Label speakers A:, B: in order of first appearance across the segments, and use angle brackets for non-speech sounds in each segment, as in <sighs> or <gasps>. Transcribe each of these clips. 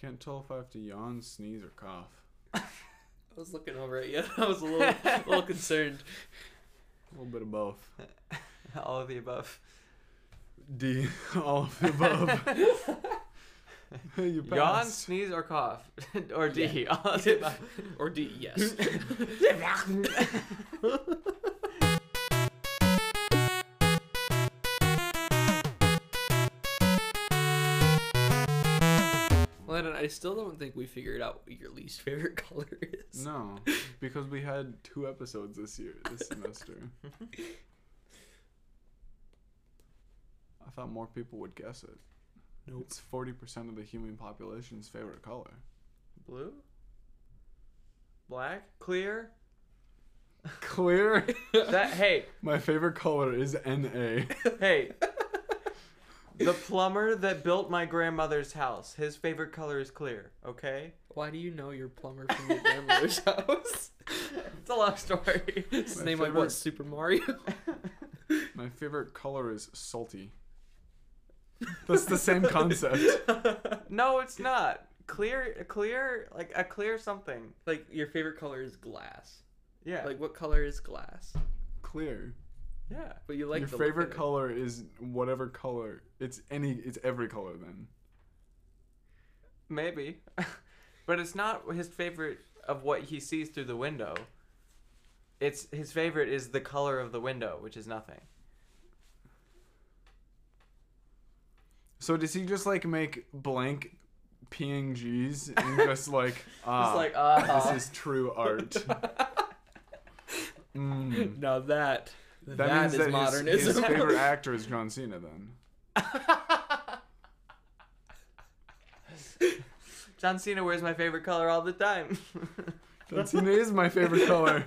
A: Can't tell if I have to yawn, sneeze, or cough.
B: I was looking over at you. <laughs> I was a little, a little concerned.
A: A little bit of both.
C: <laughs> All of the above.
A: D. <laughs> All of the
C: <laughs>
A: above. <laughs> you
C: Yawn,
A: passed.
C: sneeze, or cough, <laughs> or D. All of the above.
B: <laughs> or D, yes. Landon, I still don't think we figured out what your least favorite <laughs> color is.
A: No, because we had two episodes this year, this semester. I thought more people would guess it.
B: Nope.
A: It's 40% of the human population's favorite color.
C: Blue, black, <laughs> clear.
A: Clear.
C: That hey
A: <laughs> My favorite color is NA.
C: hey. The plumber that built my grandmother's house, his favorite color is clear. Okay,
B: Why do you know your plumber from your grandmother's house?
C: it's a long story.
B: His
A: My
B: name like
A: favorite-
B: what? Super Mario.
A: My favorite color is salty. That's the same
B: <laughs>
A: concept.
C: <laughs> No, it's not clear. Clear like a clear something.
B: like your favorite color is glass.
C: Yeah,
B: Like what color is glass?
A: Clear.
C: yeah.
B: But you like
A: Your
B: the look
A: favorite
B: of it.
A: color is whatever color. It's any. It's every color then.
C: Maybe. <laughs> but it's not his favorite of what he sees through the window. It's his favorite is the color of the window, which is nothing.
A: So does he just like make blank PNGs and
B: <laughs>
A: just like ah,
C: It's like
B: uh-huh.
C: uh
A: this is true art. Mm.
B: Now that that, that is
A: means his-
B: modernism.
A: His,
B: <laughs>
A: favorite actor is John Cena then.
C: John Cena wears my favorite color all the time. <laughs>
A: John Cena is my favorite color.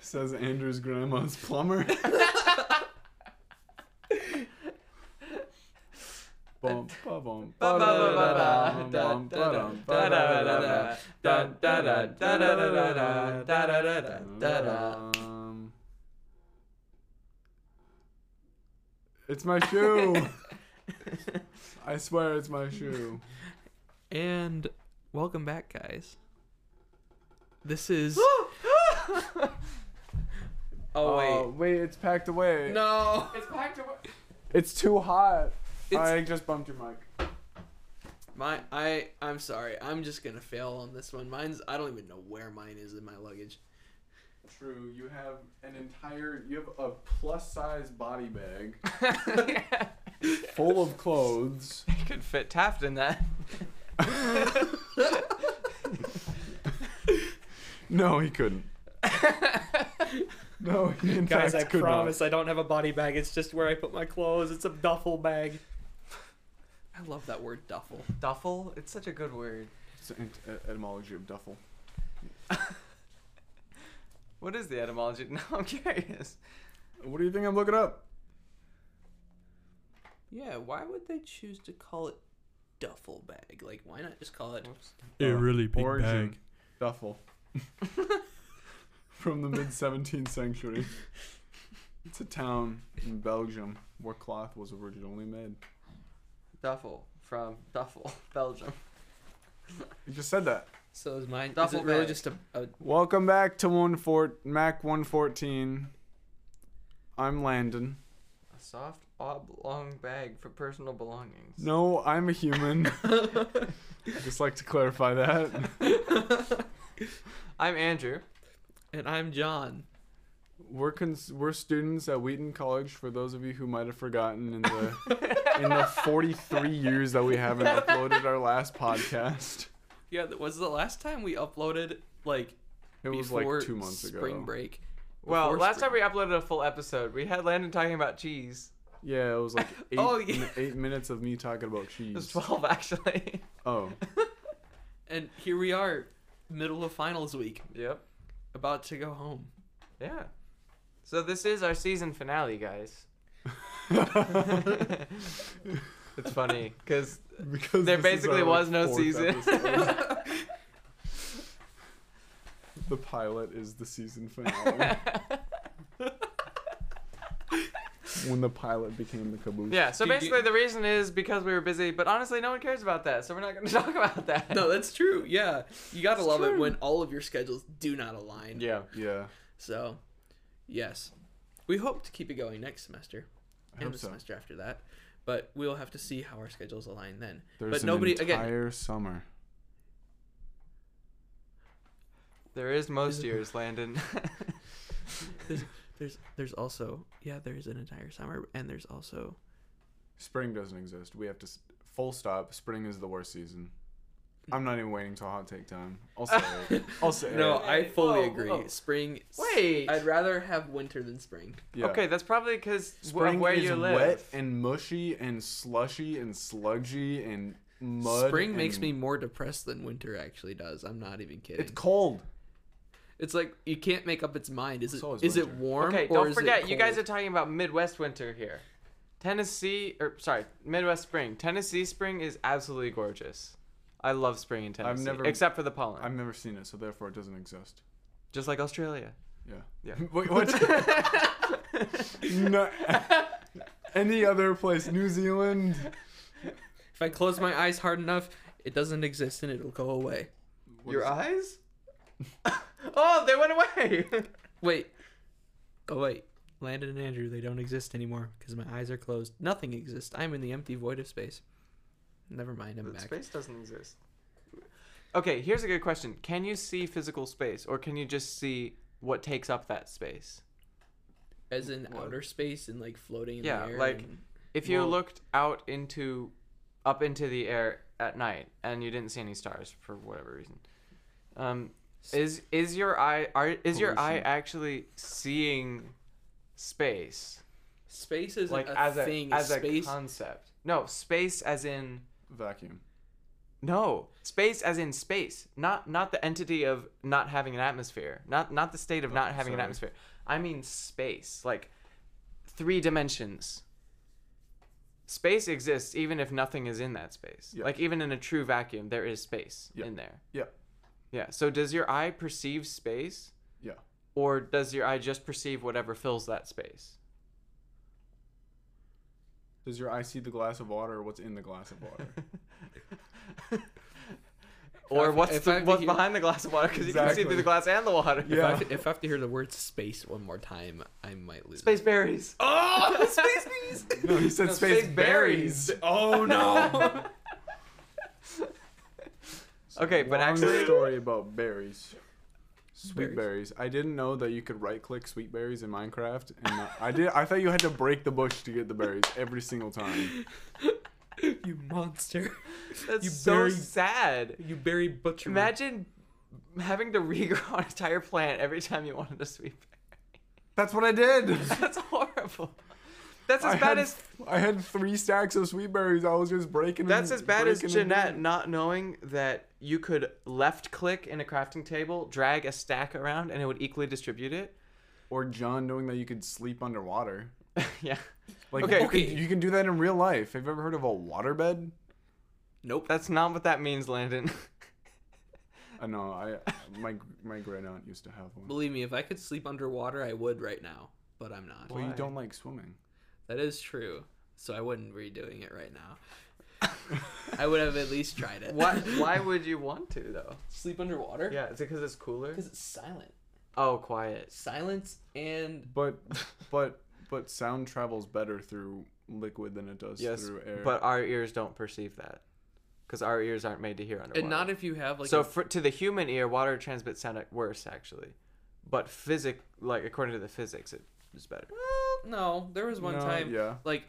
A: Says Andrew's grandma's plumber. Bum, ba-bum, ba-da-da-da-da, bum, ba-dum, ba-da-da-da-da. Um, It's my shoe. I swear it's my shoe.
B: and welcome back, guys. This
A: <laughs>
B: is. oh
A: Oh,
B: wait.
A: wait, it's packed away.
B: no.
C: It's packed away.
A: It's too hot.
B: It's-
A: I just bumped your mic.
B: My I I'm sorry. I'm just gonna fail on this one. Mine's I don't even know where mine is in my luggage.
A: True, you have an entire, you have a plus size body
D: <laughs>
A: bag
C: <laughs>
A: full of
D: <laughs>
A: clothes.
C: He could fit Taft in that.
A: No, he
D: <laughs>
A: couldn't. no, he in
D: Guys,
A: fact
D: I
A: could
D: promise I don't have a body bag. It's just where I put my clothes. It's a duffel bag.
B: I love that word duffel.
C: Duffel? It's such a good word.
A: not. It's an et- etymology of duffel.
C: What is the etymology? <laughs> Now I'm curious.
A: What do you think I'm looking up?
B: Yeah, why would they choose to call it duffel bag? Like why not just call it
A: A
D: really big
A: Uh, Origin duffel <laughs> from the mid 17th century. It's a town in Belgium where cloth was originally made.
C: Duffel from Duffel, <laughs> Belgium.
A: You just said that.
B: So is mine
C: Duffel
B: is it really
C: bag.
B: just a, a
A: Welcome back to one four Mac one fourteen. I'm Landon.
C: A soft oblong bag for personal belongings.
A: No, I'm a
C: <laughs>
A: human. just like to clarify that.
C: I'm Andrew.
B: and I'm John.
A: We're cons- we're students at Wheaton College. For those of you who might have forgotten, in the in the 43 years that we
C: <laughs>
A: haven't uploaded our last podcast,
B: Yeah, that was the last time we uploaded like
A: it was like
B: before
A: two months ago.
B: spring break.
C: Well,
B: Before
C: last
B: spring-
C: time we uploaded a full episode, we had Landon talking about cheese. <laughs>
A: Yeah, it was like eight,
C: Oh, yeah.
A: eight minutes of me talking about cheese.
C: It was 12, actually.
A: <laughs>
C: <laughs>
A: Oh,
B: And here we are, middle of finals week,
C: yep.
B: about to go home.
C: Yeah. So this is our season finale, guys. <laughs> it's funny, because
A: because <laughs>
C: There
A: this is
C: basically
A: our,
C: was no
A: fourth
C: season. <laughs>
A: episode. the <laughs> pilot is the season finale. when the pilot became the caboose.
C: Yeah, so
B: Dude, you-
C: basically the reason is because we were busy, but honestly, no one cares about that, so we're not going to <laughs> talk about that.
B: No, that's true. Yeah, you gotta
A: It's
B: love it
A: true.
B: when all of your schedules do not align.
C: Yeah.
A: Yeah.
B: So, yes, we hope to keep it going next semester
A: I
B: and
A: hope
B: the
A: so.
B: semester after that, but we'll have to see how our schedules align then.
A: There's
B: but
A: an
B: nobody again.
A: entire summer.
C: There is most years, Landon. <laughs>
B: There's there's also yeah there is an entire summer and there's also
A: Spring doesn't exist. We have to s- full stop. Spring is the worst season. I'm not even waiting till hot take time. I'll say
B: <laughs>
A: it. I'll say
B: no
A: it.
B: I fully
C: Whoa,
B: agree.
C: whoa.
B: Spring.
C: Wait.
B: I'd rather have winter than spring.
A: Yeah.
C: Okay, that's probably because
A: Spring
C: of where
A: is
C: you live.
A: wet and mushy and slushy and sludgy and mud.
B: spring makes
A: and-
B: me more depressed than winter actually does. I'm not even kidding.
A: It's
B: It's,
A: cold.
B: like you can't make up its mind. Is it
A: So is
B: is it
A: winter.
B: warm?
C: okay,
B: or
C: don't
B: is it
C: forget, you guys are
B: cold?
C: talking about Midwest winter here. Tennessee, or sorry, Midwest spring. Tennessee spring is absolutely gorgeous. I love spring in Tennessee,
A: never-
C: except for the pollen,
A: I've never seen it, so therefore it doesn't exist.
C: just like Australia.
A: Yeah.
C: Yeah.
A: <laughs> Wait, what? no. Any other place? New Zealand.
B: If I close my eyes hard enough, it doesn't exist and it'll go away.
A: What
C: Your
A: is it?
C: eyes? <laughs> oh, they went <laughs> away.
B: Wait. Oh wait. Landon and Andrew, they don't exist anymore because my eyes are closed. Nothing exists. I'm in the empty void of space. Never mind, I'm
C: But
B: back.
C: Space doesn't exist. Okay, here's a good question. Can you see physical space or can you just see what takes up that space?
B: As in
A: What?
B: outer space and like floating in
C: Yeah,
B: the air.
C: like-
B: and-
C: If you
A: Well-
C: looked out into up into the air at night and you didn't see any stars for whatever reason. Um is is your eye are is your eye
A: Pollution.
C: actually seeing space
B: space is
C: like
B: a
C: as a
B: thing.
C: as
B: space
C: a concept? No, space as in
A: Vacuum.
C: No, space as in space, not not the entity of not having an atmosphere, not not the state of
B: Oh,
C: not having an
A: sorry.
C: atmosphere. I mean space, like three dimensions. Space exists even if nothing is in that space.
A: Yeah.
C: Like even in a true vacuum, there is space
A: Yeah.
C: in there.
A: Yeah.
C: Yeah. So does your eye perceive space,
A: Yeah.
C: or does your eye just perceive whatever fills that space?
A: Does your eye see the glass of water or what's in the glass of water?
C: Or
B: If I-
C: what's
B: if I
C: the,
B: have to
C: what's
B: hear-
C: behind the glass of water? Because you can see
A: Exactly.
C: through the glass and the water.
A: Yeah.
B: if, I, if I have to hear the word space one more time, I might lose.
C: <laughs> Space
B: it.
C: berries.
B: Oh,
C: <laughs>
B: space bees.
A: no, <laughs> he said
C: No,
A: space,
C: space berries.
A: berries.
D: Oh no!
C: Okay, but
A: Long
C: actually,
A: story about berries. Sweet
B: Berries.
A: berries. I didn't know that you could right-click sweet berries in Minecraft, and uh, I did. I thought you had to break the bush to get the berries every single time.
B: you monster.
C: that's
B: You
C: so
B: bury-
C: sad.
B: <laughs> You berry butcher.
C: Imagine having to <laughs> regrow an entire plant every time you wanted a sweet
A: That's what I did.
C: berry. <laughs> That's horrible. That's as
A: I
C: bad
A: had,
C: as
A: I had three stacks of sweet berries. I was just breaking.
C: that's
A: and
C: as bad as
A: breaking and
C: Jeanette
A: breaking.
C: not knowing that you could left click in a crafting table, drag a stack around, and it would equally distribute it. <laughs>
A: Or John knowing that you could sleep underwater.
C: yeah,
A: Like
C: Okay.
A: you, can,
B: Okay.
A: you can do that in real life. Have you ever heard of a waterbed?
B: Nope.
C: that's not what that means, Landon.
A: I know. Uh, I my my great aunt used to have one.
B: Believe me, if I could sleep underwater, I would right now, but I'm not.
A: Well, you
C: Why?
A: don't like swimming.
B: That is true. So I wouldn't be doing it right now. <laughs> I would have at least tried it. <laughs>
C: why? <laughs> Why would you want to though?
B: Sleep underwater?
C: Yeah, is it because it's cooler?
B: Because it's silent.
C: Oh, quiet.
B: Silence and
A: But but but sound travels better through liquid than it does
C: Yes,
A: through air.
C: but our ears don't perceive that because our ears aren't made to hear underwater.
B: and not if you have like
C: so
B: a-
C: for, to the human ear, water transmits sound at worse actually, but physic like according to the physics, it is better.
B: Well, no, there was one
A: No,
B: time
A: Yeah.
B: like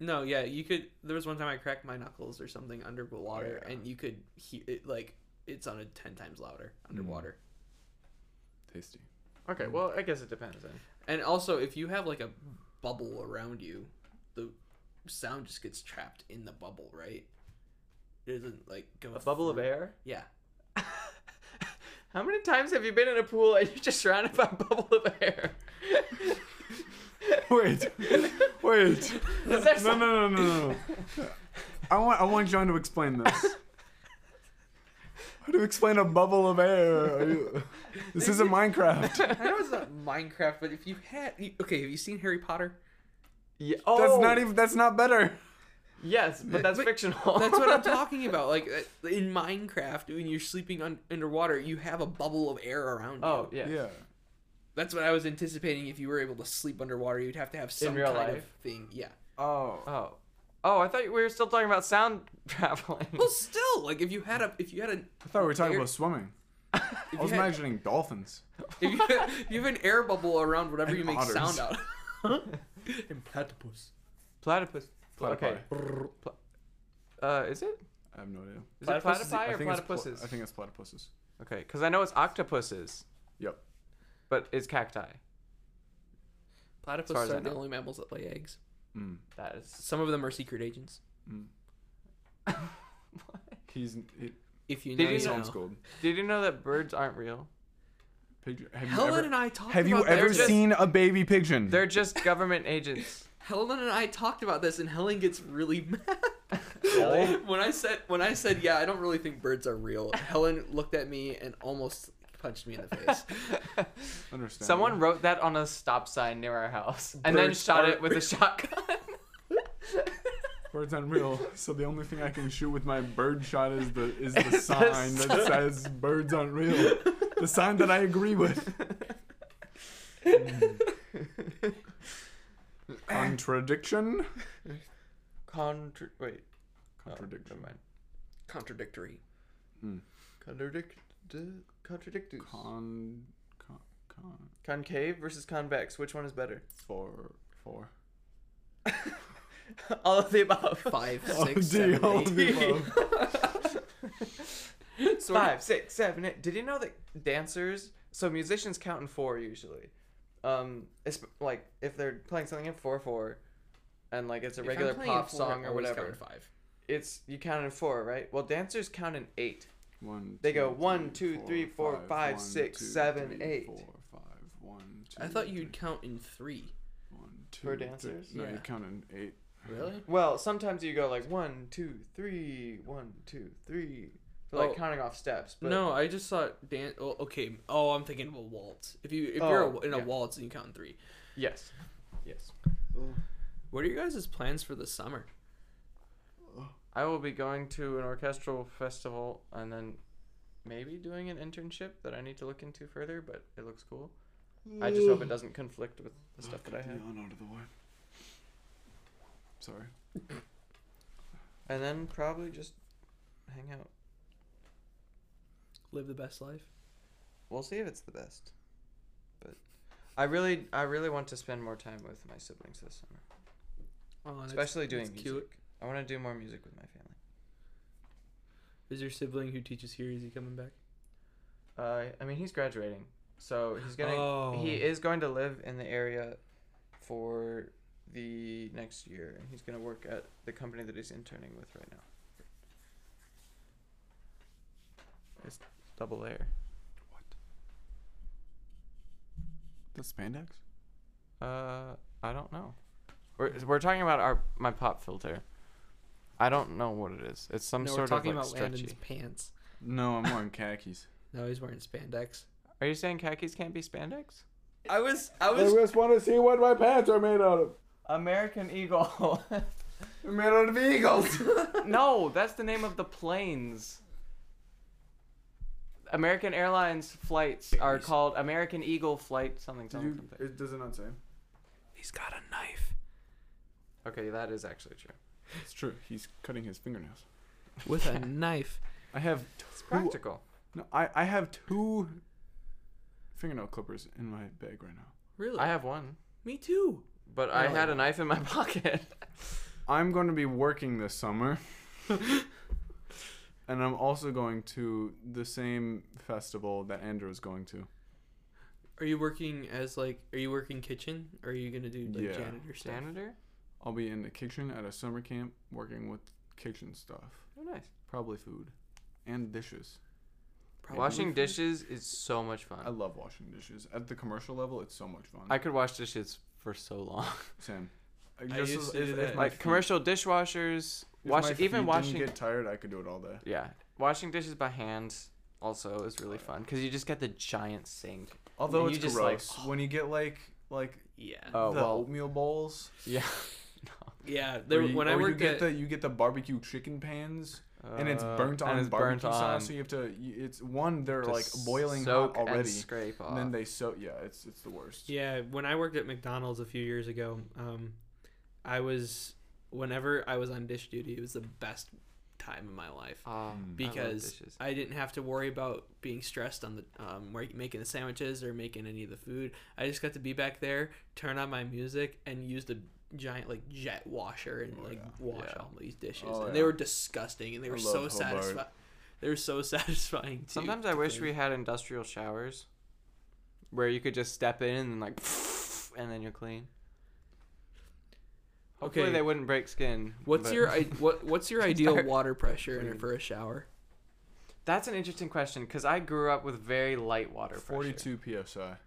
B: no, yeah, you could there was one time I cracked my knuckles or something underwater
A: yeah.
B: and you could hear it like it sounded 10 times louder underwater.
C: Mm.
A: Tasty. <laughs>
C: Okay, well I guess it depends then.
B: And also, if you have like a bubble around you, the sound just gets trapped in the bubble, right? It doesn't like go.
C: A bubble of
B: through-
C: air.
B: Yeah. <laughs>
C: How many times have you been in a pool and you're just surrounded by <laughs> a bubble of air?
A: Wait.
C: <laughs>
A: Wait.
C: Is
A: No
C: there
A: no
C: some-
A: no no no. no.
C: <laughs>
A: I want I want John to explain this. How do you explain a bubble of air? Are you, this isn't Minecraft.
B: I know it's not Minecraft, but if you had, you- okay, have you seen Harry Potter?
C: Yeah. Oh,
A: That's not even. That's not better.
C: Yes, but that's
B: But-
C: fictional.
A: <laughs>
B: That's
C: <laughs>
B: what I'm talking about. Like uh, in Minecraft, when you're sleeping un- underwater, you have a bubble of air around you.
C: Oh yeah.
A: Yeah.
B: That's what I was anticipating. If you were able to sleep underwater, you'd have to have some
C: real
B: kind of
C: life?
B: thing. Yeah.
A: Oh.
C: Oh. Oh, I thought we were still talking about sound <laughs> traveling.
B: Well, still, like if you had a, if you had an,
A: I thought we were talking
B: air-
A: about swimming. I was
B: had-
A: imagining dolphins.
B: if you, if you have an air bubble around whatever
A: And
B: you make
A: otters.
B: sound out. of.
A: <laughs>
E: And platypus.
C: platypus. Okay.
A: Platypi.
C: Uh, is it?
A: I have no idea.
C: Is
E: Platypus
C: it
E: is-
C: platypi
A: I
C: or
A: think, it's pla-
C: platypuses?
A: I think it's platypuses.
C: Okay, because I know it's octopuses,
A: Yep.
C: but it's cacti. As far as
B: Platypus
C: I
B: are the
C: know.
B: only mammals that lay eggs.
A: Mm.
C: That is.
B: Some of them are secret agents.
A: Mm. He's he,
B: If you know,
C: Did
B: you
A: he's
B: know.
A: homeschooled.
C: Did you know that birds aren't real?
A: Pigeon. Have you
B: Helen
A: ever,
B: and I talked.
A: have you
B: about this.
A: ever
C: just-
A: seen a baby pigeon?
C: They're just government <laughs> agents.
B: Helen and I talked about this, and Helen gets really <laughs> mad. when I said when I said yeah, I don't really think birds are real. Helen looked at me and almost punched me in the
C: <laughs>
B: face.
A: Understand. <laughs>
C: Someone wrote that on a stop sign near our house and then
E: Birds
C: shot
E: aren't
C: it with a
E: real.
C: shotgun.
A: Birds unreal. So the only thing I can shoot with my bird shot is the is the
C: the
A: sign that
C: sign.
A: says birds unreal. The sign that I agree with. Mm. Contradiction.
C: <laughs> Contra- wait. oh,
A: Contradiction.
C: mind.
B: Contradictory.
C: Contradict.
A: Hmm.
C: Contradictus.
A: Con. Con. Con.
C: Concave versus convex. Which one is better? <laughs>
A: For. <laughs> For.
C: All of the above.
B: Five,
A: Oh,
B: six,
A: D,
B: seven,
A: all
B: eight.
A: of the <laughs> above.
B: Sort of-
C: Five, six, seven, eight. Did you know that dancers? So musicians count in four usually. Um, it's like if they're playing something in four four, and like it's a
B: If I'm
C: regular
B: playing in
C: pop
B: four,
C: song
B: I
C: or
B: always
C: whatever,
B: count Five.
C: it's you count in four, right? Well, dancers count in eight.
A: One.
C: They go
A: two,
C: one,
A: three,
C: two, three, four, five,
A: one,
C: six,
A: two,
C: seven,
A: three,
C: eight.
A: four, five, one, two,
B: I thought
A: three,
B: you'd count in three.
A: one, two,
C: For
A: three.
C: dancers?
A: No, you
B: Yeah.
A: count in eight.
B: Really?
C: Well, sometimes you go like one, two, three, one, two, three, for like
B: Oh.
C: counting off steps. But
B: no, I just thought dance. Oh, okay. Oh, I'm thinking of a waltz. If you if you're a,
C: Oh,
B: in a
C: yeah.
B: waltz and you count in three.
C: Yes. Yes.
B: What are your guys' plans for the summer?
C: I will be going to an orchestral festival and then maybe doing an internship that I need to look into further, but it looks cool. I just hope it doesn't conflict with the stuff that I
A: Get
C: have.
A: the yawn out of the way. Sorry.
C: And then probably just hang out.
B: Live the best life.
C: We'll see if it's the best. But I really I really want to spend more time with my siblings this summer.
B: Oh, that's-
C: Especially doing
B: that's
C: music.
B: cute.
C: I want to do more music with my family.
B: Is your sibling who teaches here? Is he coming back?
C: Uh, I mean he's graduating. So he's going to
B: Oh.
C: he is going to live in the area for the next year and he's going to work at the company that he's interning with right now it's double layer
A: What? The spandex?
C: uh i don't know we're, we're talking about our my pop filter i don't know what it is it's some
B: no,
C: sort
B: we're
C: of
B: talking
C: like
B: about
C: stretchy
B: Landon's pants.
A: No, I'm wearing
C: <laughs>
A: khakis.
B: No, he's wearing spandex.
C: are you saying khakis can't be spandex
B: I was,
C: Oh,
B: I was.
A: just want to see what my pants are made out of.
C: american eagle <laughs>
A: They're made out of eagles.
C: no that's the name of the planes American Airlines flights are
B: Babies.
C: called American Eagle Flight something something. something.
A: it does it not say?
B: He's got a knife
C: Okay, that is actually true.
A: It's true. He's cutting his fingernails.
B: <laughs> with a knife.
A: I have
C: It's
A: two.
C: practical.
A: No, I, I have two fingernail clippers in my bag right now.
B: Really?
C: I have one,
B: Me too.
C: but I
B: Really?
C: had a knife in my <laughs> pocket.
A: <laughs> I'm going to be working this
C: <laughs>
A: summer. and I'm also going to the same festival that Andrew is going to.
B: Are you working as like? Are you working kitchen? Or are you gonna do like
A: Yeah.
B: janitor stuff?
C: Janitor?
A: I'll be in the kitchen at a summer camp working with kitchen stuff.
C: Oh, nice.
A: Probably food and dishes.
B: Probably.
C: Washing dishes is so much
A: I
C: fun.
A: love washing dishes. At the commercial level, it's so much fun.
C: I could wash dishes for so
A: <laughs>
C: long.
A: Sam.
B: I used to do that.
A: my
C: Like
A: feet-
C: commercial dishwashers,
A: if
C: wash
A: my
C: even
A: feet
C: washing.
A: Didn't get tired. I could do it all day.
C: yeah, washing dishes by hand
A: Oh,
C: also is really fun because you just get the giant sink.
A: Although
C: And
A: it's
C: you just, like,
A: gross when you get like like
D: Yeah.
A: uh,
C: Oh,
D: The-
A: the oatmeal bowls.
C: Yeah.
D: yeah. There,
A: Or you-
C: oh,
D: when I
A: or you
D: worked
A: get
D: at
A: the you get the barbecue chicken pans and it's
C: Uh,
A: burnt on
C: and it's
A: barbecue
C: burnt
A: sauce.
C: on
A: So you have to. you- It's one they're
C: to
A: like boiling
C: soak
A: hot already.
C: And scrape off.
A: And then they so yeah, it's it's the worst.
B: Yeah, when I worked at McDonald's a few years ago, um, I was whenever I was on dish duty, it was the best time of my life
C: Um, I
A: Mm.
C: love
B: because
C: dishes.
B: I, didn't have to worry about being stressed on the um, where- making the sandwiches or making any of the food. I just got to be back there, turn on my music, and use the giant like jet washer and like wash
C: Yeah.
B: all these dishes.
A: Oh,
B: and
A: yeah.
B: they were disgusting, and they
A: I
B: were
A: love
B: so
A: Hobart.
B: satisfying. They were so <laughs> satisfying. To,
C: Sometimes I
B: to
C: wish
B: clean.
C: we had industrial showers where you could just step in and like <laughs> and then you're clean. Hopefully
B: Okay.
C: they wouldn't break skin.
B: What's
C: but-
B: your i- what What's your ideal
C: Start-
B: water pressure in-
C: clean.
B: for a shower?
C: That's an interesting question cuz I grew up with very light water pressure.
A: 42 psi.
B: I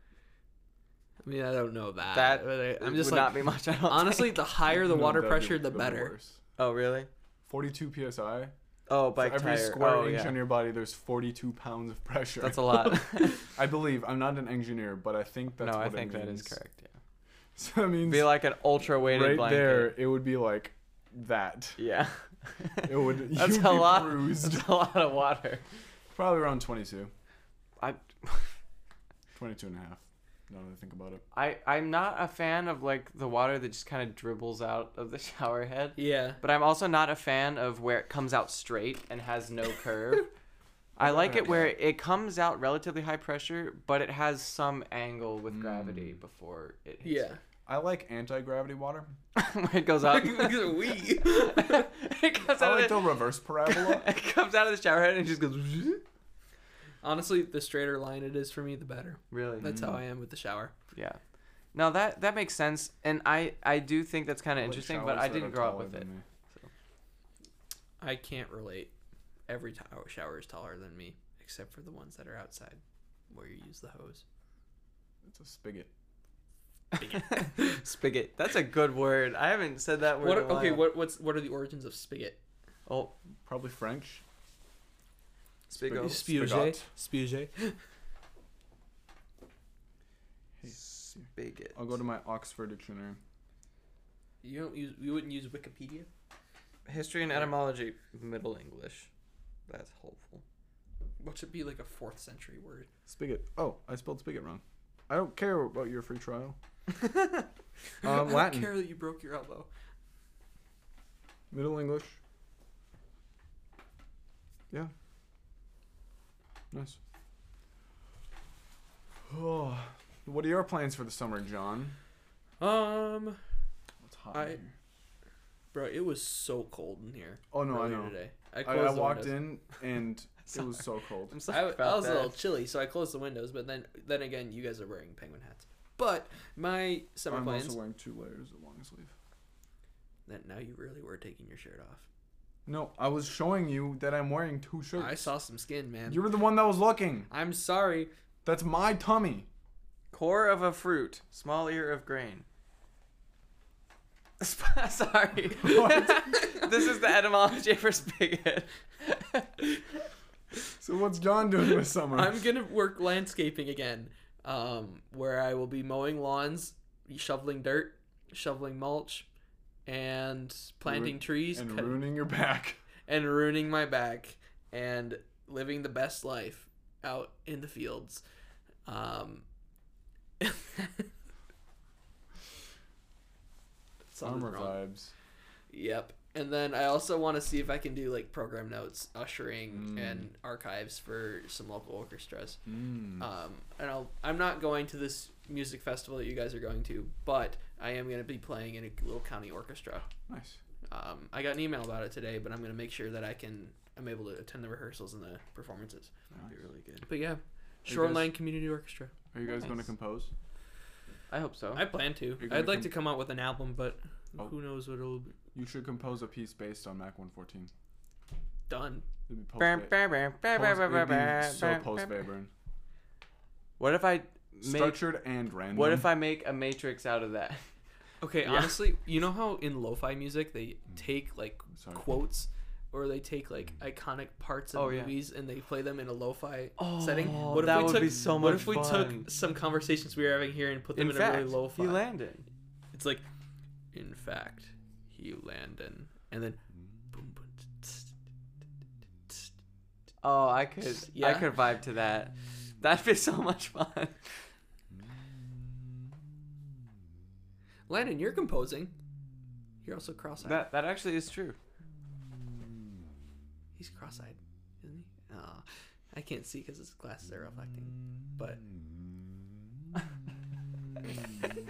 B: mean, I don't know that.
C: That
B: but I,
C: It
B: am just
C: would
B: like,
C: not be <laughs> much I don't
B: honestly,
C: think.
B: the higher the
A: No,
B: water
A: <laughs> that'd be-
B: pressure, the
A: that'd be
B: better.
A: worse.
C: <laughs> Oh, really?
A: 42 psi.
C: Oh,
A: For
C: bike
A: every
C: tire.
A: square
C: oh,
A: inch
C: yeah.
A: on your body, there's 42 pounds of pressure.
C: <laughs> That's a lot.
A: <laughs> I believe. I'm not an engineer, but I think that's
C: no,
A: what
C: I
A: it
C: think that is
A: means.
C: correct. Yeah.
A: <laughs> So that means
C: Be like an ultra weighted
A: right
C: blanket.
A: there, it would be like that.
C: Yeah. <laughs>
A: It <laughs> would.
C: That's
A: you'd
C: a
A: be
C: lot.
A: bruised.
C: That's a lot of water.
A: <laughs>
C: <laughs>
A: Probably around 22,
C: I
A: 22 and a half. Now that I think about it.
C: I I'm not a fan of like the water that just kind of dribbles out of the <laughs> shower head.
B: Yeah.
C: But I'm also not a fan of where it comes out straight and
A: <laughs>
C: has no curve. I like it where it comes out relatively high pressure, but it has some angle with gravity
A: Mm.
C: before it hits.
D: yeah.
A: I like anti-gravity water.
C: <laughs> you. where it
A: <laughs>
B: <laughs>
C: goes up.
D: we.
C: <laughs> it comes
A: I
C: out.
A: like
C: Of
A: the
C: the...
A: reverse
C: <laughs>
A: parabola.
C: It comes out of the shower head and it just goes. <laughs>
B: Honestly, the straighter line it is for me, the better.
C: Really?
B: That's how I am with the shower.
C: Yeah. No, that that makes sense, and I I do think that's kind of
A: Like
C: interesting, but
A: showers
C: I
A: that
C: didn't
A: are
C: grow up
A: taller
C: with
A: than
C: it.
A: me.
B: I can't relate. Every t- shower is taller than me, except for the ones that are outside, where you use the hose.
A: It's a spigot.
C: <laughs> Spigot. That's a good word. I haven't said that word.
B: What?
C: in a
B: Okay.
C: while.
B: What? What's? What are the origins of spigot?
C: Oh,
A: Probably French.
C: spigot.
A: Spigot. Spigot.
B: Spuget.
A: Hey,
C: Spigot.
A: I'll go to my Oxford dictionary.
B: You don't use. You wouldn't use Wikipedia.
C: history and etymology. Middle English. That's helpful.
B: What should be like a fourth century word?
A: Spigot. Oh, I spelled spigot wrong. I don't care about your free trial.
C: <laughs>
A: um,
B: I don't
A: Latin,
B: care that you broke your elbow.
A: Middle English. Yeah. Nice. Oh, <sighs> what are your plans for the summer, John?
B: Um,
A: It's hot.
B: I-
A: in here.
B: bro, it was so cold in here.
A: oh no, I
B: earlier
A: know.
B: Today.
A: I, I walked in and
B: <laughs>
A: it was so cold.
C: I'm
B: I,
C: sorry
B: w- I
C: about
B: was
C: that.
B: a little chilly, so I closed the windows. But then, then again, you guys are wearing penguin hats. But my summer
A: I'm
B: plans.
A: also wearing two layers of long sleeve.
B: That now you really were taking your shirt off.
A: No, I was showing you that I'm wearing two shirts.
B: I saw some skin, man.
A: You were the one that was looking.
B: I'm sorry.
A: That's my tummy.
C: Core of a fruit, small ear of grain. <laughs> Sp- Sorry. <laughs> this is the etymology for spigot.
A: So what's John doing this summer?
B: I'm gonna work landscaping again, um, where I will be mowing lawns, shoveling dirt, shoveling mulch, and planting
A: Ruin-
B: trees,
A: and
B: cut-
A: ruining your back.
B: and ruining my back, and living the best life out in the fields. Um, <laughs> something's
A: Summer
B: wrong.
A: vibes.
B: Yep. And then I also want to see if I can do like program notes, ushering,
C: Hmm.
A: Mm.
B: and archives for some local orchestras.
C: Hmm.
A: Mm.
B: Um, and I'll, I'm not going to this music festival that you guys are going to, but I am going to be playing in a little county orchestra.
A: nice.
B: Um, I got an email about it today, but I'm going to make sure that I can I'm able to attend the rehearsals and the performances.
C: That'd be really good.
B: But yeah, Shoreline Community Orchestra.
A: Are you guys going to
C: Nice.
A: compose?
C: I hope so.
B: I plan to.
A: You're gonna
B: I'd like
A: com-
B: to come out with an album, but
A: Oh.
B: who knows what it'll be
A: You should compose a piece based on Mac 114.
B: done.
A: It'd be post.
C: Bam,
A: Ba-
C: bam, bam, bam,
A: post-
C: bam,
A: it'd
C: bam,
A: be
C: bam,
A: so
C: bam,
A: post
C: bam.
A: Bayburn.
C: What if I make
A: Structured and random.
C: What if I make a matrix out of that? <laughs>
B: Okay,
C: Yeah. Mm.
B: honestly, you know how in lo-fi music they take like
A: Sorry.
B: quotes or they take like iconic parts of
C: Oh, yeah.
B: movies and they play them in a lo-fi setting.
C: Oh,
B: What if
C: that
B: we
C: would
B: took
C: be so
B: What
C: much
B: if we
C: fun.
B: took some conversations we were having here and put them
C: In
B: in,
C: fact,
B: a really lo-fi?
C: he landed.
B: it's like, in fact, he landed, and then boom, boom. tss, tss, tss.
C: Oh, I could <laughs> I
B: Yeah.
C: could vibe to that. That'd be so much fun.
B: Landon, you're composing. You're also cross-eyed.
C: That that actually
B: <laughs>
C: is true.
B: He's cross-eyed, isn't he? Oh, I can't see because his glasses are reflecting.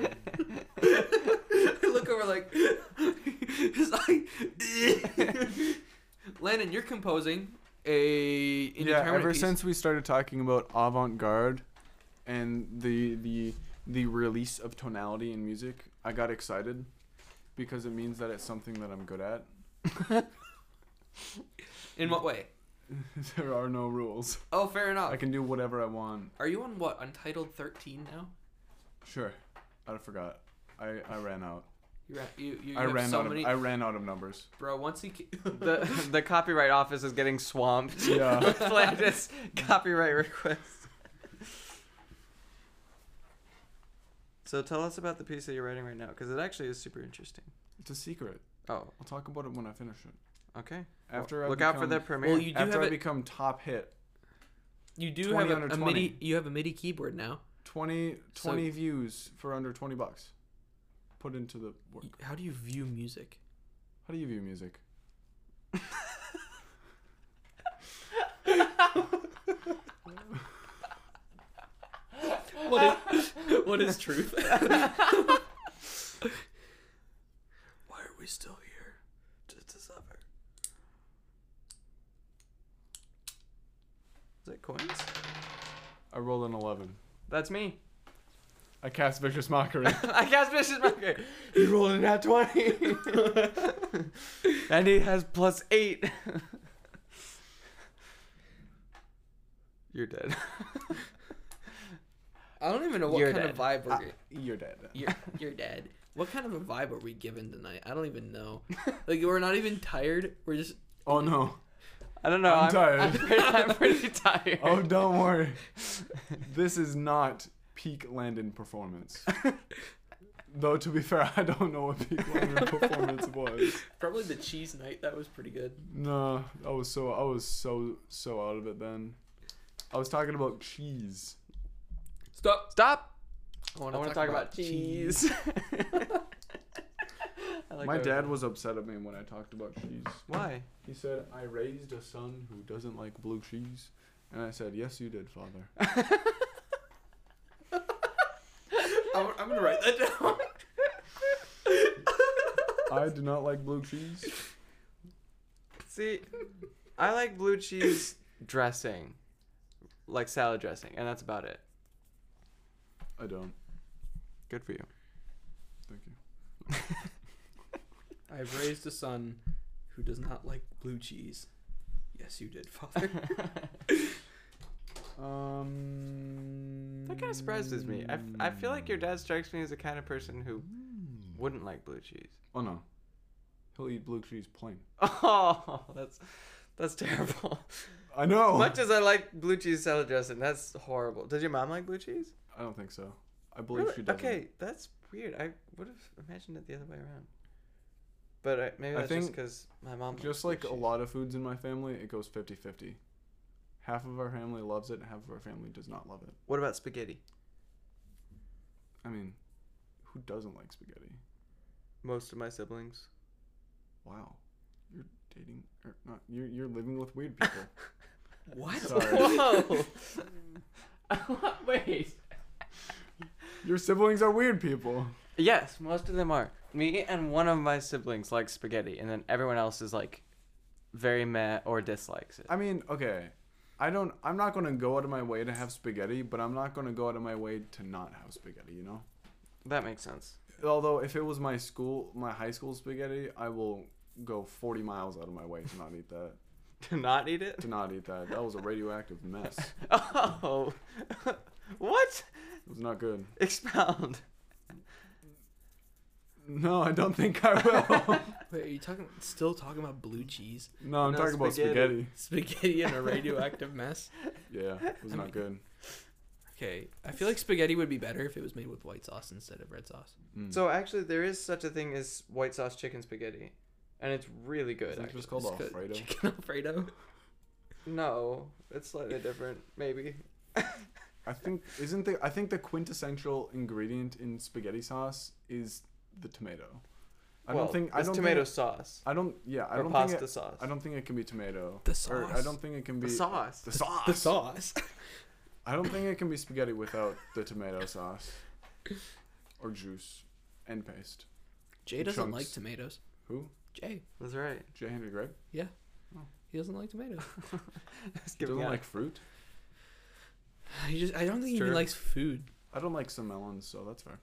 A: <laughs>
B: But I look over like <laughs> his eye. <laughs> Landon, you're composing a
A: yeah,
B: indeterminate
A: ever
B: piece.
A: since we started talking about avant-garde and the the the release of tonality in music, I got excited because it means that it's something that I'm good at. <laughs>
B: In what way?
A: there are no rules.
B: Oh, fair enough.
A: I can do whatever I want.
B: Are you on what? Untitled 13 now?
A: Sure. I forgot. I, I ran out.
B: You're at, you you, you
A: I
B: have
A: ran
B: so
A: out
B: many.
A: of I ran out of
B: <laughs>
A: numbers.
B: Bro, once he ca-
C: The the copyright office is getting swamped. <laughs>
A: Yeah.
C: with Landon's copyright requests. So tell us about the piece that you're writing right now, because it actually is super interesting.
A: <laughs> It's a secret.
C: Oh,
A: I'll talk about it when I finish it.
C: okay.
A: After I
C: look out for
A: become-
C: the premiere.
B: Well, you- do
A: after
B: have
A: I
B: it-
A: become top hit.
B: you do
A: 20
B: have a,
A: under
B: a
A: 20.
B: MIDI you have a MIDI keyboard now.
A: 20,
B: So-
A: 20 views for under 20 bucks. Put into the work.
B: How do you view music?
A: How do you view music?
B: <laughs> What is, what is <laughs> truth? Why are we still here? Just to suffer.
C: is it coins?
A: I rolled an 11.
C: That's me. <laughs>
A: I cast Vicious
B: <laughs>
A: Mockery.
C: I cast Vicious Mockery. He rolled in at 20. and he has plus 8. <laughs> You're dead.
D: I don't even know what
C: You're
D: kind
C: dead. Uh,
D: of vibe we're
A: Ah.
D: getting.
A: You're dead.
B: You're,
C: <laughs>
B: you're dead. What kind of a vibe are we given tonight? I don't even know. Like we're not even tired. We're just
A: Oh no.
C: I don't know.
A: I'm tired.
C: I'm pretty, I'm pretty tired.
A: Oh, don't worry. This is not peak Landon performance. Though, to be fair, I don't know what peak Landon performance was.
B: probably the cheese night. That was pretty good.
A: No, I was so I was so so out of it then. I was talking about cheese.
B: Stop. <laughs>
C: Stop.
B: I want
C: I want to talk, about cheese. <laughs> I like
A: My
C: that.
A: dad was upset at me when I talked about cheese.
C: Why?
A: He said I raised a son who doesn't like blue cheese, and I said, "Yes, you did, father."
D: I'm, I'm gonna write that down.
C: <laughs>
A: I do not like blue cheese.
C: See, I like blue cheese dressing, like salad dressing, and that's about it.
A: I don't.
C: Good for you.
A: Thank you.
D: I've raised a son who does not like blue cheese. Yes, you did,
C: <laughs>
D: father.
A: Um,
C: That kind of surprises me. I, f- I feel like your dad strikes me as the kind of person who
A: Hmm.
C: wouldn't like blue cheese. <laughs>
A: Oh no, he'll eat blue cheese plain.
C: Oh, that's that's terrible.
A: I know.
C: Much as I like blue cheese salad dressing, that's horrible. Does your mom like blue cheese?
A: I don't think so. I believe
C: Really?
A: she does.
C: Okay, that's weird. I would have imagined it the other way around. But I, maybe
A: I
C: that's just
A: think
C: 'cause just because my mom. likes
A: Just
C: blue
A: like a
C: cheese.
A: lot of foods in my family, it goes 50-50. Half of our family loves it, half of our family does not love it.
C: What about spaghetti?
A: I mean, who doesn't like spaghetti?
C: Most of my
A: <laughs>
C: siblings.
A: Wow, you're dating or not? You're you're living with weird
C: <laughs>
A: people.
B: What?
A: Sorry,
C: Whoa! Wait.
A: your siblings are weird people.
C: Yes, most of them are. Me and one of my siblings likes spaghetti, and then everyone else is like very meh or dislikes it.
A: I mean, okay. I don't. I'm not gonna go out of my way to have spaghetti, but I'm not gonna go out of my way to not have spaghetti. You know.
C: That makes sense. <laughs>
A: Although, if it was my school, my high school spaghetti, I will go 40 miles out of my way to not eat that.
C: To not eat it? <laughs>
A: To not eat that. That was a radioactive mess.
C: Oh! <laughs> what?
A: It was not good.
C: Expound.
A: No, I don't think I
C: <laughs>
A: will.
B: Wait, are you talking still talking about blue cheese,
A: no, I'm
C: No,
A: talking about spaghetti.
C: spaghetti.
B: spaghetti, and a radioactive mess?
A: Yeah, it was
B: I
A: not
B: mean-
A: good.
B: Okay, I feel like spaghetti would be better if it was made with white sauce instead of red sauce.
A: Mm.
C: So actually, there is such a thing as white sauce chicken spaghetti, and it's really
A: I
C: good.
A: think it was
C: actually.
A: called
B: It's good.
A: Alfredo.
B: <laughs> Chicken Alfredo.
C: No, it's slightly different, maybe.
A: I think isn't the I think the quintessential ingredient in spaghetti sauce is the tomato. I
C: well,
A: don't think I
C: it's
A: don't
C: tomato
A: Think it-
C: sauce
A: I don't. Yeah, I
C: or
A: don't think.
C: pasta
A: It,
C: sauce.
A: I don't think it can be tomato.
B: The
A: Or I
B: sauce.
A: don't think it can be
C: the sauce.
A: The sauce.
B: The sauce.
A: I don't think it can be spaghetti without the tomato sauce or juice and paste.
B: <laughs> Jay doesn't like
A: Chunks.
B: tomatoes.
A: Who?
B: Jay,
C: That's right. <laughs>
A: J. Henry Gregg
B: he doesn't like tomatoes.
C: It's
A: doesn't
C: giving out.
A: like fruit.
B: <laughs> He just I don't think he even
C: Sure.
B: likes food.
A: I don't like some melons, so that's fair.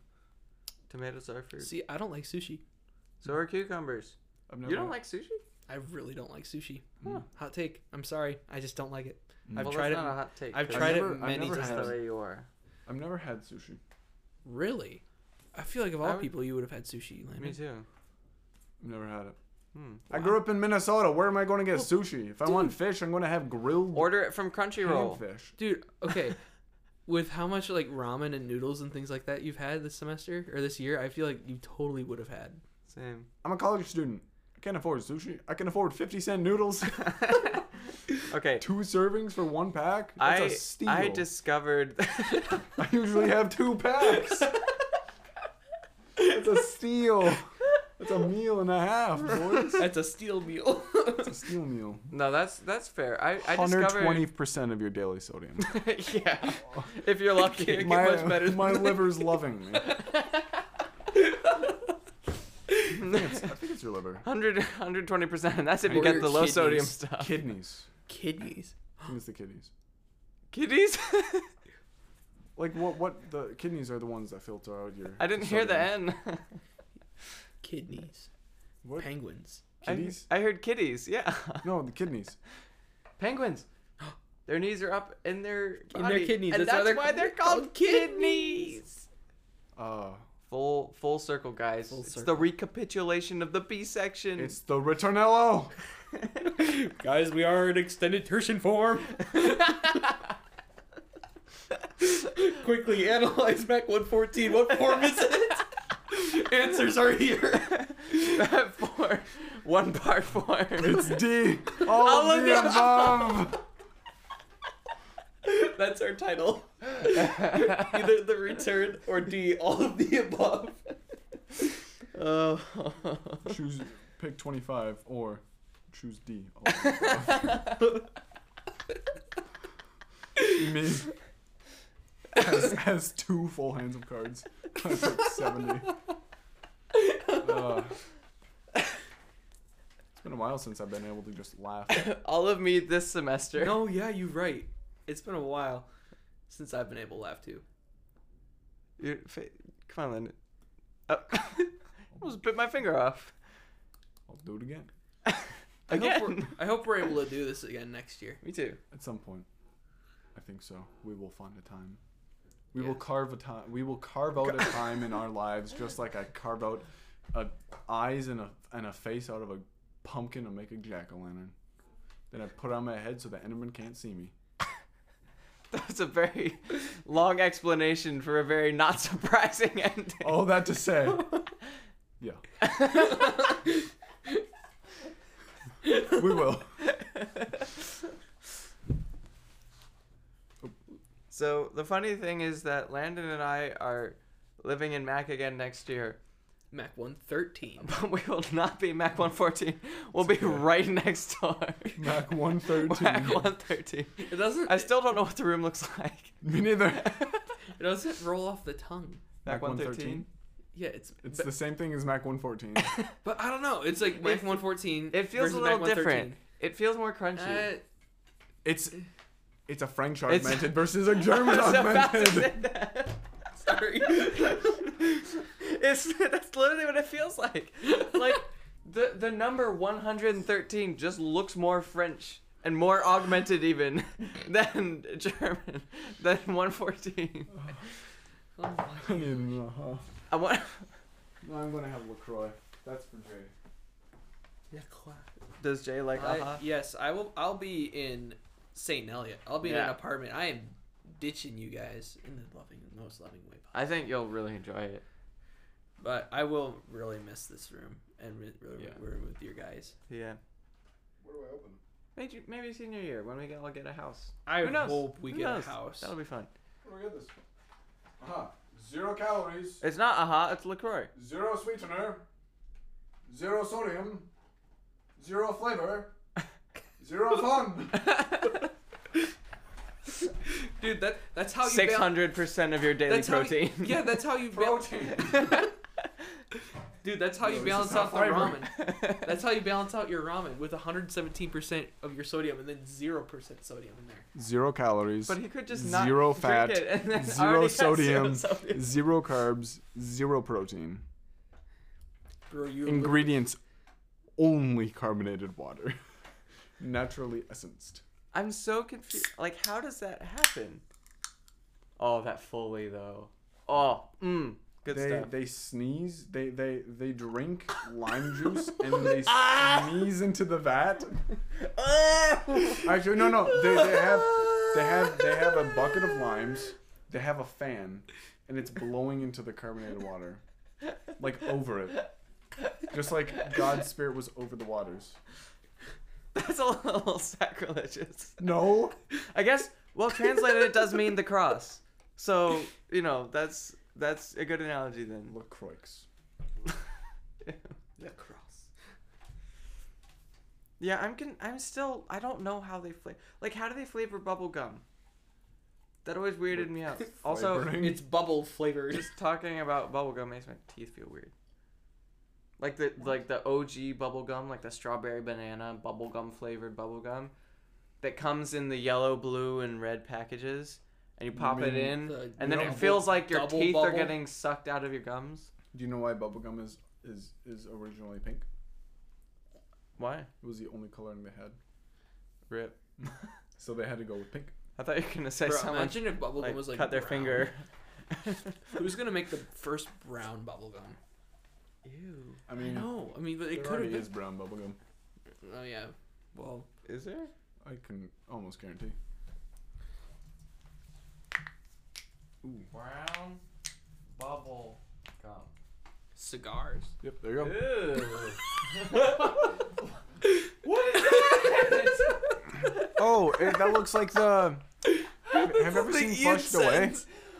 C: tomatoes are fruit.
B: See, I don't like sushi.
C: So are cucumbers.
A: Mm. I've
C: You don't like sushi?
B: I really don't like sushi.
A: Mm.
B: Hot take. I'm sorry. I just don't like it.
A: Mm.
B: I've
C: well,
B: tried
C: that's
B: it.
C: Not a hot take.
B: I've
C: 'cause
B: tried
A: never-
B: it
A: I've
B: many
A: never
C: That's
A: had
C: the
B: times.
C: way you are.
A: I've never had sushi.
B: Really? I feel like of all
C: I would-
B: people, you would have had sushi. Landon.
C: Me too.
A: I've never had it.
C: Hmm.
A: I grew up in Minnesota. Where am I going to get sushi? If I want
B: dude.
A: fish, I'm going to have grilled
C: Order it from Crunchyroll.
A: fish.
B: Dude, <laughs> okay. With how much like ramen and noodles and things like that you've had this semester or this year, I feel like you totally would have had.
C: Same. <laughs>
A: I'm a college student. I can't afford sushi. I can afford 50 cent noodles, <laughs>
C: Okay.
A: two servings for one pack. That's a
C: I
A: steal.
C: I discovered
A: <laughs>
C: <laughs>
A: I usually have two packs. That's a steal. That's a meal and a half, boys.
B: <laughs> That's a steel meal.
A: That's a steal meal.
C: No, that's that's fair. I I discovered
A: 120% of your daily
C: <laughs>
A: sodium.
B: <laughs>
C: Yeah. If you're
A: <laughs>
C: lucky.
B: Can't get
A: my
B: much better than
A: my
C: <laughs>
A: liver's loving me. I think it's, I think it's your liver.
C: 100 120%. and That's if you
B: Or
C: get
B: your
C: the low sodium
B: kidneys.
C: stuff.
A: Kidneys.
B: Kidneys.
A: I think it's the kidneys.
C: Kidneys? <laughs>
A: Like what? What the kidneys are the ones that filter out your.
C: I didn't hear the
A: sodium.
C: N. <laughs>
B: Kidneys.
A: What?
B: Penguins.
C: I,
A: Kidneys?
C: I heard kitties. Yeah. <laughs>
A: No, the kidneys.
C: Penguins. <gasps> Their knees are up in their
B: their
C: body,
B: kidneys.
C: And
B: That's
C: that's,
B: why they're-
C: why they're called kidneys.
A: Uh,
C: Full full circle, guys.
B: Full
C: it's
B: circle.
C: the recapitulation of the B section.
A: it's
C: <laughs>
A: the ritornello.
B: Guys, we are in extended tertian <laughs> form. Quickly analyze Mac 114. What form is it? Answers are here. <laughs>
C: for one part form. <laughs>
A: It's <laughs> D. All,
B: All
A: of
B: of
A: the
B: the
A: above.
B: That's our title. Either the return or D, all of the above.
C: Oh.
A: choose pick 25 or choose D. All of the above. Me has, has two full hands of cards. <laughs> That's like 70. Uh, it's been a while since I've been able to just laugh.
C: All of me this semester.
B: No, Oh, yeah, you're right. It's been a while since I've been able to laugh too.
C: Your fa- Come on, Landon. Oh. <laughs> almost bit my finger off.
A: I'll do it again
B: I hope, we're, <laughs>
C: Again.
B: I hope we're able to do this again next year.
C: Me too.
A: at some point. I think so. We will find a time. We will
B: Yeah.
A: carve a time. We will carve out a time in our lives, just like I carve out a eyes and a and a face out of a pumpkin to make a jack o' lantern. Then I put it on my head so the Enderman can't see me.
C: <laughs> That was a very <laughs> long explanation for a very not <laughs> surprising ending.
A: All that to say, yeah, we will.
C: So the funny thing is that Landon and I are living in Mac again next year, <laughs>
B: Mac 113.
C: but we will not be Mac 114. We'll be
A: okay.
C: right next
B: <laughs>
C: door.
A: Mac one
C: Mac
A: thirteen.
C: 113.
B: It doesn't.
C: I still don't know what the room looks <laughs> like.
A: Me neither.
B: It doesn't roll off the tongue.
C: Mac 113.
B: Yeah, it's.
A: It's
B: but,
A: the same thing as Mac one fourteen.
B: but I don't know. It's like Mac
C: It-
B: 114.
C: It feels a
B: versus Mac
C: little different.
B: 113.
C: It feels more crunchy.
B: <laughs> Uh,
A: It's it's a French
C: It's-
A: augmented versus a
C: <laughs>
A: German
C: I was about to
A: augmented.
C: say that. <laughs>
B: sorry.
C: It's that's literally what it feels like. Like the the number 113 just looks more French and more augmented even <laughs> than German than 114.
B: Oh my-
A: I need another, huh?
C: I want
A: No, uh-huh. I'm gonna have Lacroix. That's for Jay.
C: Does Jay like
B: I-
C: uh-huh?
B: yes, I will. I'll be in Saint Elliot. I'll be in
C: Yeah.
B: an apartment. I am ditching you guys in the loving, most loving way possible.
C: I think you'll really enjoy it.
B: But I will really miss this room and re- really
C: Yeah.
B: room with your guys.
C: Yeah.
A: Where do I open?
C: Maybe maybe senior year when we all get a house.
B: I
C: Who knows?
B: hope we
C: Who
B: get
C: knows?
B: a house.
C: That'll be fun.
A: Where do I get this? Aha. Zero calories.
C: It's not aha. It's Lacroix.
A: Zero sweetener. Zero sodium. Zero flavor.
C: <laughs>
A: Zero fun.
B: Dude, that that's how you
C: Six
B: bal-
C: hundred percent of your daily
B: that's how you-
C: protein.
B: yeah, that's how you bal-
A: Protein.
B: Dude, that's how
A: No,
B: you
A: this
B: balance
A: is not
B: out the
A: fiber.
B: ramen.
A: <laughs>
B: That's how you balance out your ramen with 117% of your sodium and then 0% sodium in there.
A: Zero calories.
C: But he
A: <laughs>
C: could just not
A: Zero
C: drink
A: fat,
C: it and then already
A: Zero
C: has
A: sodium,
C: Zero sodium.
A: zero carbs, zero protein.
B: Bro, you
A: Ingredients only carbonated water. <laughs> Naturally essenced.
C: I'm so confused. Like, how does that happen? Oh, that fully though. Oh, mm, good
A: they
C: <laughs> stuff.
A: they sneeze, they they they drink lime juice and then they sneeze into the vat. Actually no no, they, they have they have they have a bucket of limes, they have a fan, and it's blowing into the carbonated water. Like over it. Just like God's spirit was over the waters.
C: <laughs> That's a little <laughs> sacrilegious.
A: No.
C: I guess. Well, translated, it does mean the cross. So you know that's that's a good analogy then.
A: LaCroix.
B: The cross.
C: Yeah, I'm can I'm still I don't know how they flavor. Like, how do they flavor bubble gum? That always weirded
B: <laughs>
C: me out. Also,
A: Flavoring.
B: It's bubble flavored.
C: <laughs> just talking about bubblegum makes my teeth feel weird. Like the like the OG bubblegum, like the strawberry banana bubblegum flavored bubblegum that comes in the yellow, blue and red packages and you pop it
A: mean
C: in
B: the
C: and then it
A: double-
C: feels like your
B: double
C: teeth are
B: bubble?
C: getting sucked out of your gums.
A: Do you know why bubblegum is is is originally pink?
C: Why?
A: It was the only coloring they had.
C: Rip.
A: <laughs> So they had to go with pink.
C: I thought you were gonna say
B: Bro,
C: someone
B: imagine if bubblegum
C: <laughs> like,
B: was like
C: cut their
B: brown.
C: finger.
B: Who's gonna make the first brown bubblegum?
C: Ew.
A: I
B: I
A: mean,
B: know. I mean, but
A: it
B: it could have been.
A: is brown bubblegum.
B: Oh yeah. Well,
C: <laughs> Is there?
A: I can almost guarantee.
C: Brown bubble gum.
B: cigars.
A: Yep, there you go. <laughs>
C: what is that?
A: Oh, it, that looks like the. Have you ever seen Flushed Away?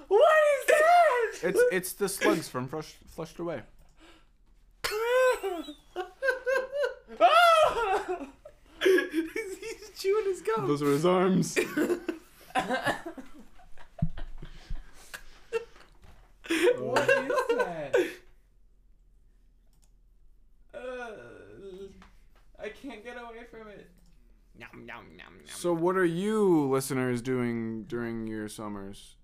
C: What is that?
A: It's it's the slugs from Flush, Flushed Away.
B: <laughs>
A: <laughs>
B: He's chewing his gum.
A: Those are his arms.
B: <laughs>
C: What is that?
B: Uh,
C: I can't get away from it.
B: Nom, nom, nom, nom.
A: so, what are you listeners doing during your summers?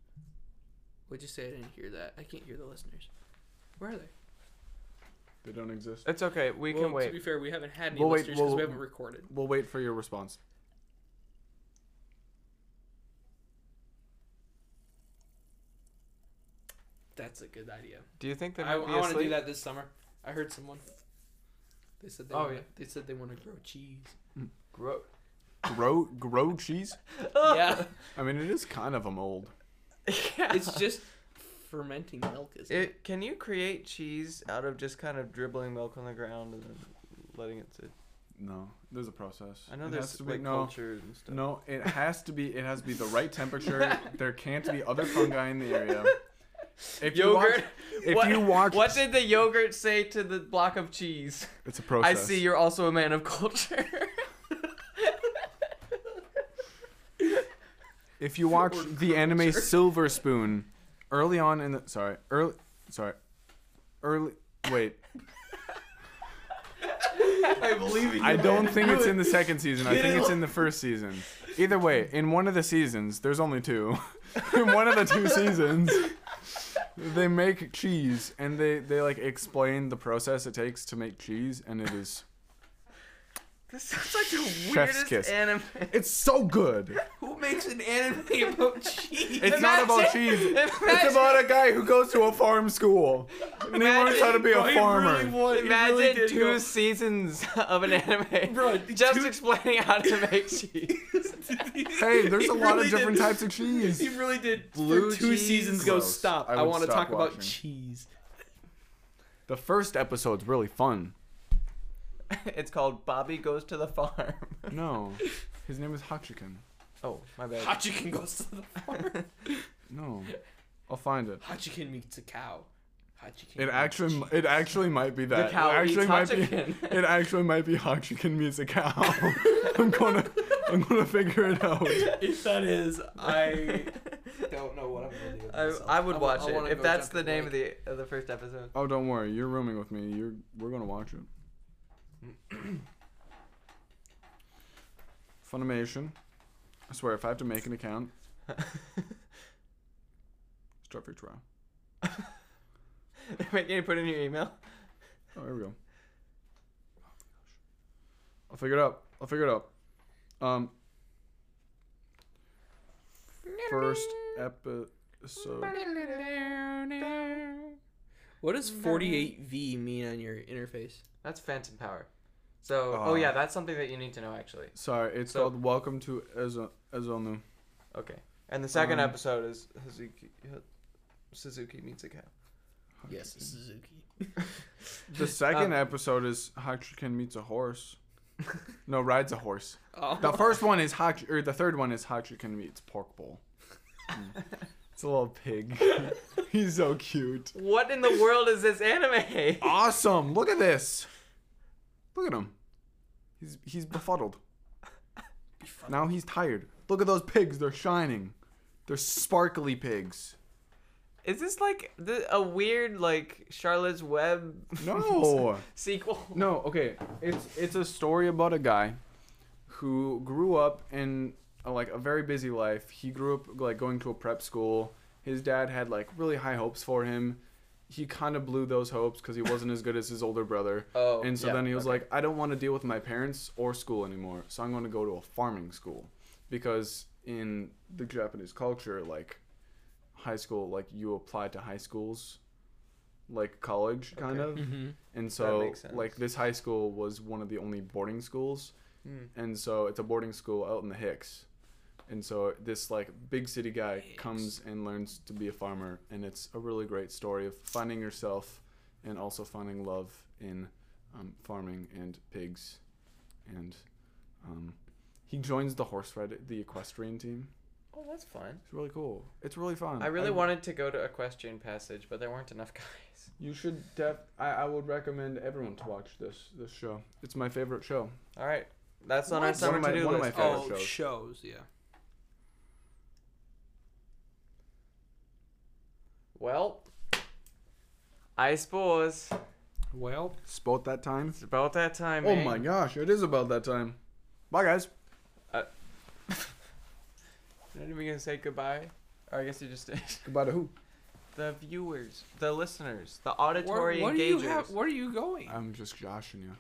B: Would you say I didn't hear that? I can't hear the listeners. Where are they?
A: They don't exist.
C: It's okay. We
B: well,
C: can
B: To be
C: wait.
B: fair, we haven't had any
A: We'll wait,
B: listeners because
A: we'll-
B: we haven't recorded.
A: We'll wait for your response.
B: That's a good idea.
C: Do you think they
B: I,
C: might be
B: want to do
C: asleep?
B: that this summer. I heard someone. They said they.
C: Oh,
B: wanna,
C: yeah.
B: They said they want to grow cheese.
C: <laughs> Gross.
A: Grow grow cheese.
B: yeah.
A: I mean, it is kind of a mold.
B: <laughs> It's just fermenting milk, isn't it?
C: It, can you create cheese out of just kind of dribbling milk on the ground and then letting it sit?
A: No, there's a process.
C: I know
A: It has
C: there's
A: to
C: like
A: be, no,
C: cultures and stuff.
A: no. It has to be. It has to be the right
C: <laughs>
A: temperature. there can't be other fungi in the area. If You watch,
C: Yogurt.
A: if
C: what,
A: you watch,
C: what did the yogurt say to the block of cheese?
A: it's a process.
C: I see you're also a man of culture. <laughs>
A: If you watch
B: Or
A: the anime
B: culture.
A: Silver Spoon, early on in the sorry early sorry early wait
C: I believe you.
A: I don't think it's in the second season. I
C: Get
A: think
C: it
A: it's in the first season. Either way, in one of the seasons, there's only two. <laughs> in one of the two seasons, they make cheese and they they like explain the process it takes to make cheese, and it is
C: This sounds like the
A: Chef's
C: weirdest
A: kiss.
C: anime.
A: it's so good.
C: Who
B: makes an anime about cheese?
A: It's not about
B: Imagine-
A: cheese.
B: imagine-
A: It's about a guy who goes to a farm school and he learns how to be a farmer.
C: Imagine two seasons <laughs> of an anime.
D: <laughs> Bro,
C: just
D: <laughs> two-
C: explaining how to
D: <laughs>
C: make cheese.
A: hey, there's a
D: He
A: lot
D: really
A: of different
D: did.
A: types of cheese.
D: <laughs> He really did.
C: Blue
D: for two
C: cheese?
D: seasons ago,
A: Gross.
D: stop.
A: I
D: I,
A: would
D: want to
A: stop
D: talk about
A: watching.
D: cheese.
A: The first episode's really fun.
C: it's called Bobby Goes to the Farm. <laughs>
A: No, his name is Hot Chicken.
C: Oh, my bad.
D: Hot chicken goes to the farm.
A: No, I'll find it.
D: Hot chicken meets a cow. Hot chicken.
A: It
D: meets
A: actually,
D: cheese.
A: it actually might be that.
C: The cow
A: it actually
C: eats
A: might
C: hot chicken.
A: be. <laughs> It actually might be Hot Chicken meets a cow. <laughs> I'm gonna, I'm gonna figure it out.
D: <laughs> If that is, I don't know <laughs> what I'm gonna do. with
C: I,
D: myself.
C: <laughs> I would
D: wa-
C: watch
D: I wanna
C: it if
D: go
C: that's
D: jump
C: the
D: in the
C: name of the of the first episode. <laughs>
A: Oh, don't worry. You're rooming with me. You're, we're gonna watch it. Funimation. I swear, if I have to make an account, start free trial.
C: Wait, can you put in your
D: <laughs>
C: email?
A: Oh, here we go. I'll figure it out. I'll figure it out. Um, first episode.
B: What does 48V mean on your interface?
C: That's Phantom Power. So, oh
A: Uh,
C: yeah, that's something that you need to know actually.
A: Sorry, it's
C: So-
A: called Welcome to Ezo- Ezonu.
C: Okay. And the
D: Uh-huh.
C: second
A: Um,
C: episode is Hazuki, Suzuki meets a cow.
D: Yes, Suzuki.
A: The second
C: Uh,
A: episode is Hachiken meets a horse. no, rides a horse.
B: Oh.
A: The first one is Hach, or the third one is Hachiken meets Pork Bowl. Mm. it's a little pig. <laughs> He's so cute.
C: What in the world is this <laughs> anime?
A: Awesome! Look at this. Look at him. He's he's befuddled. Now he's tired. Look at those pigs. They're shining. They're sparkly pigs.
C: Is this like the, a weird like Charlotte's Web <laughs>
A: No.
C: sequel?
A: No, okay. It's it's a story about a guy who grew up in a, like a very busy life. He grew up like going to a prep school. His dad had like really high hopes for him. He kind of blew those hopes because he wasn't as good as his older brother.
C: <laughs> Oh,
A: and so
C: yeah,
A: then he was
C: okay.
A: like, I don't want to deal with my parents or school anymore. So I'm going to go to a farming school because in the Japanese culture, like high school, like you apply to high schools, like college kind
C: Okay.
A: of.
B: Mhm.
A: And so,
C: makes
A: like,
C: sense.
A: this high school was one of the only boarding schools.
C: Hmm.
A: And so, it's a boarding school out in the Hicks. And so, this, like, big city guy comes and learns to be a farmer. And it's a really great story of finding yourself and also finding love in um, farming and pigs. And um, he joins the horse ride, the equestrian team.
C: Oh, that's fun.
A: It's really cool. It's really fun.
C: I really wanted to go to Equestrian Passage, but there weren't enough <laughs> guys.
A: You should def. I, I would recommend everyone to watch this this show. It's my favorite show.
C: All right, that's on our
B: What?
C: summer
A: One of my-
C: to-do
A: one of
C: list.
A: my favorite
B: Oh,
A: shows.
B: shows, yeah.
C: Oh, Well, I suppose
B: Well,
A: Spot that time.
C: it's about that time.
A: Oh
C: eh?
A: my gosh, it is about that time. Bye guys.
C: Not even gonna say goodbye. Or I guess you just did. <laughs>
A: Goodbye to who?
C: the viewers, the listeners, the
B: where,
C: auditory
B: what do you
C: engagers.
B: have? Where are you going?
A: I'm just joshing you.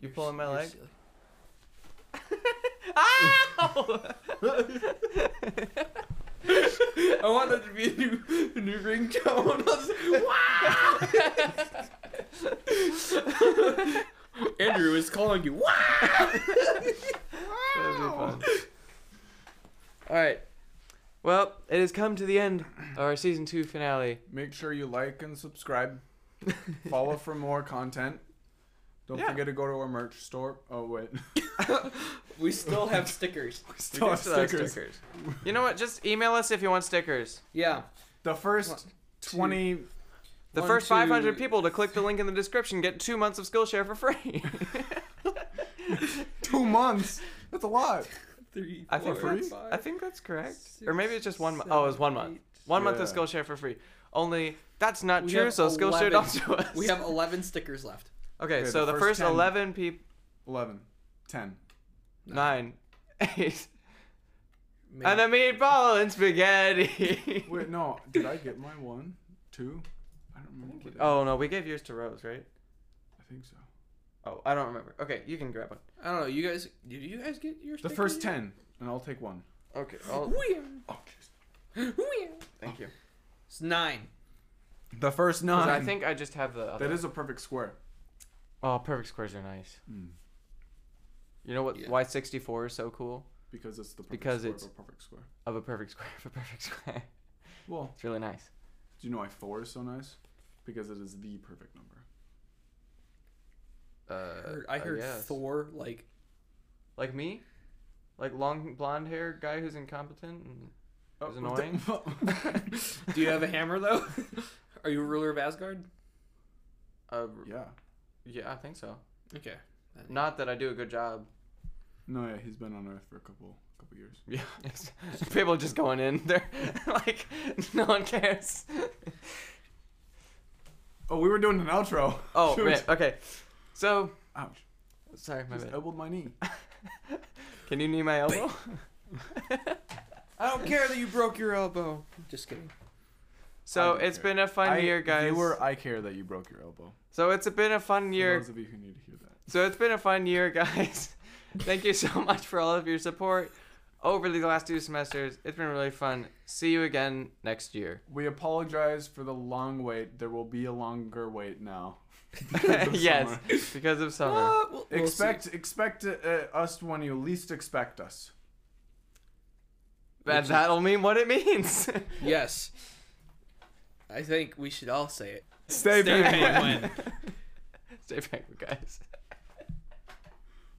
C: You pulling my leg?
B: <laughs>
D: I want that to be a new, a new ringtone.
B: <laughs>
D: wow! Andrew is calling you. Wow!
C: That'd be fun. <laughs> All right. Well, it has come to the end of our season two finale.
A: <laughs> Make sure you like and <laughs> subscribe. Follow for more content. Don't
C: Yeah.
A: forget to go to our merch store. Oh <laughs> wait.
D: We still have stickers.
C: We
A: Still
C: do
A: have
C: still have
A: stickers.
C: stickers. You know what? Just email us if you want stickers.
D: Yeah.
A: The first twenty
C: The
D: One,
C: first 500
D: two-
C: people to click the link in the description get two months of Skillshare for free. <laughs>
A: two months. That's a lot.
D: Three,
C: I think
A: For
D: four,
A: free?
C: that's,
D: five,
C: I think that's correct.
D: six,
C: or maybe it's just one. Mo- oh, it was one month. One month of
A: Yeah.
C: Skillshare for free. Only that's not
D: We
C: true.
D: have
C: So Skillshare
D: 11.
C: does to us.
D: We have 11 stickers left.
C: okay,
A: Okay,
C: so the, first,
A: 10.
C: 11 people,
A: 11, 10.
C: nine, eight,
B: Man.
C: and a meatball and spaghetti. <laughs>
A: Wait, no. Did I get my one? Two? I don't remember. what I-
C: oh no, we gave yours to Rose, right?
A: I think so.
C: Oh, I don't remember. Okay, you can grab one.
B: I don't know. You guys, did you guys get your
A: The
B: stickers
A: first
B: yet?
A: 10. and I'll take one.
C: Okay. I'll,
B: Weird.
A: Oh,
B: Weird.
C: thank you.
B: It's nine.
A: the first
C: 'Cause
A: nine.
C: I think I just have the. Other.
A: that is a perfect square.
C: Oh, perfect squares are nice.
A: Mm.
C: You know what?
D: Yeah.
C: Why sixty four is so cool?
A: Because it's the perfect
C: Because
A: square
C: it's-
A: of a perfect square.
C: Of a perfect square, <laughs> of a perfect square.
A: Well,
C: It's really nice.
A: do you know why four is so nice? Because it is the perfect number.
C: Uh,
B: I heard
C: guess.
B: Thor
C: <laughs>
B: like
C: Like me, like long blonde hair guy who's incompetent. And
A: Oh, <laughs>
C: It's annoying.
B: Do you have a hammer though? <laughs> Are you a ruler of Asgard?
C: uh,
A: yeah.
C: yeah, I think so.
B: Okay.
C: Not that I do a good job.
A: No, yeah, he's been on Earth for a couple couple years.
C: Yeah, it's- <laughs> people are just going in there, <laughs> like no one cares.
A: Oh, we were doing an outro. <laughs>
C: Oh,
A: Shoot.
C: right, okay. So
A: Ouch.
C: sorry, my
A: Just
C: bad.
A: elbowed my knee.
C: Can you knee my elbow?
D: I don't care that you broke your elbow.
B: Just kidding.
C: So
A: don't
C: it's
A: care.
C: been a fun
A: I,
C: year, guys.
A: Viewer, I care that you broke your elbow.
C: So it's been a fun
A: For
C: year.
A: those of you who need to hear that.
C: So it's been a fun year, <laughs> guys. Thank you so much for all of your support over the last two semesters. It's been really fun. See you again next year.
A: We apologize for the long wait. There will be a longer wait now. <laughs> Because of
C: <laughs> yes,
A: summer.
C: because of summer.
B: Uh, we'll- we'll see.
A: expect expect uh, us when you least expect us.
C: And that'll mean what it means. <laughs>
B: Yes. I think we should all say it.
A: Stay,
B: Stay penguin.
C: Stay back, guys.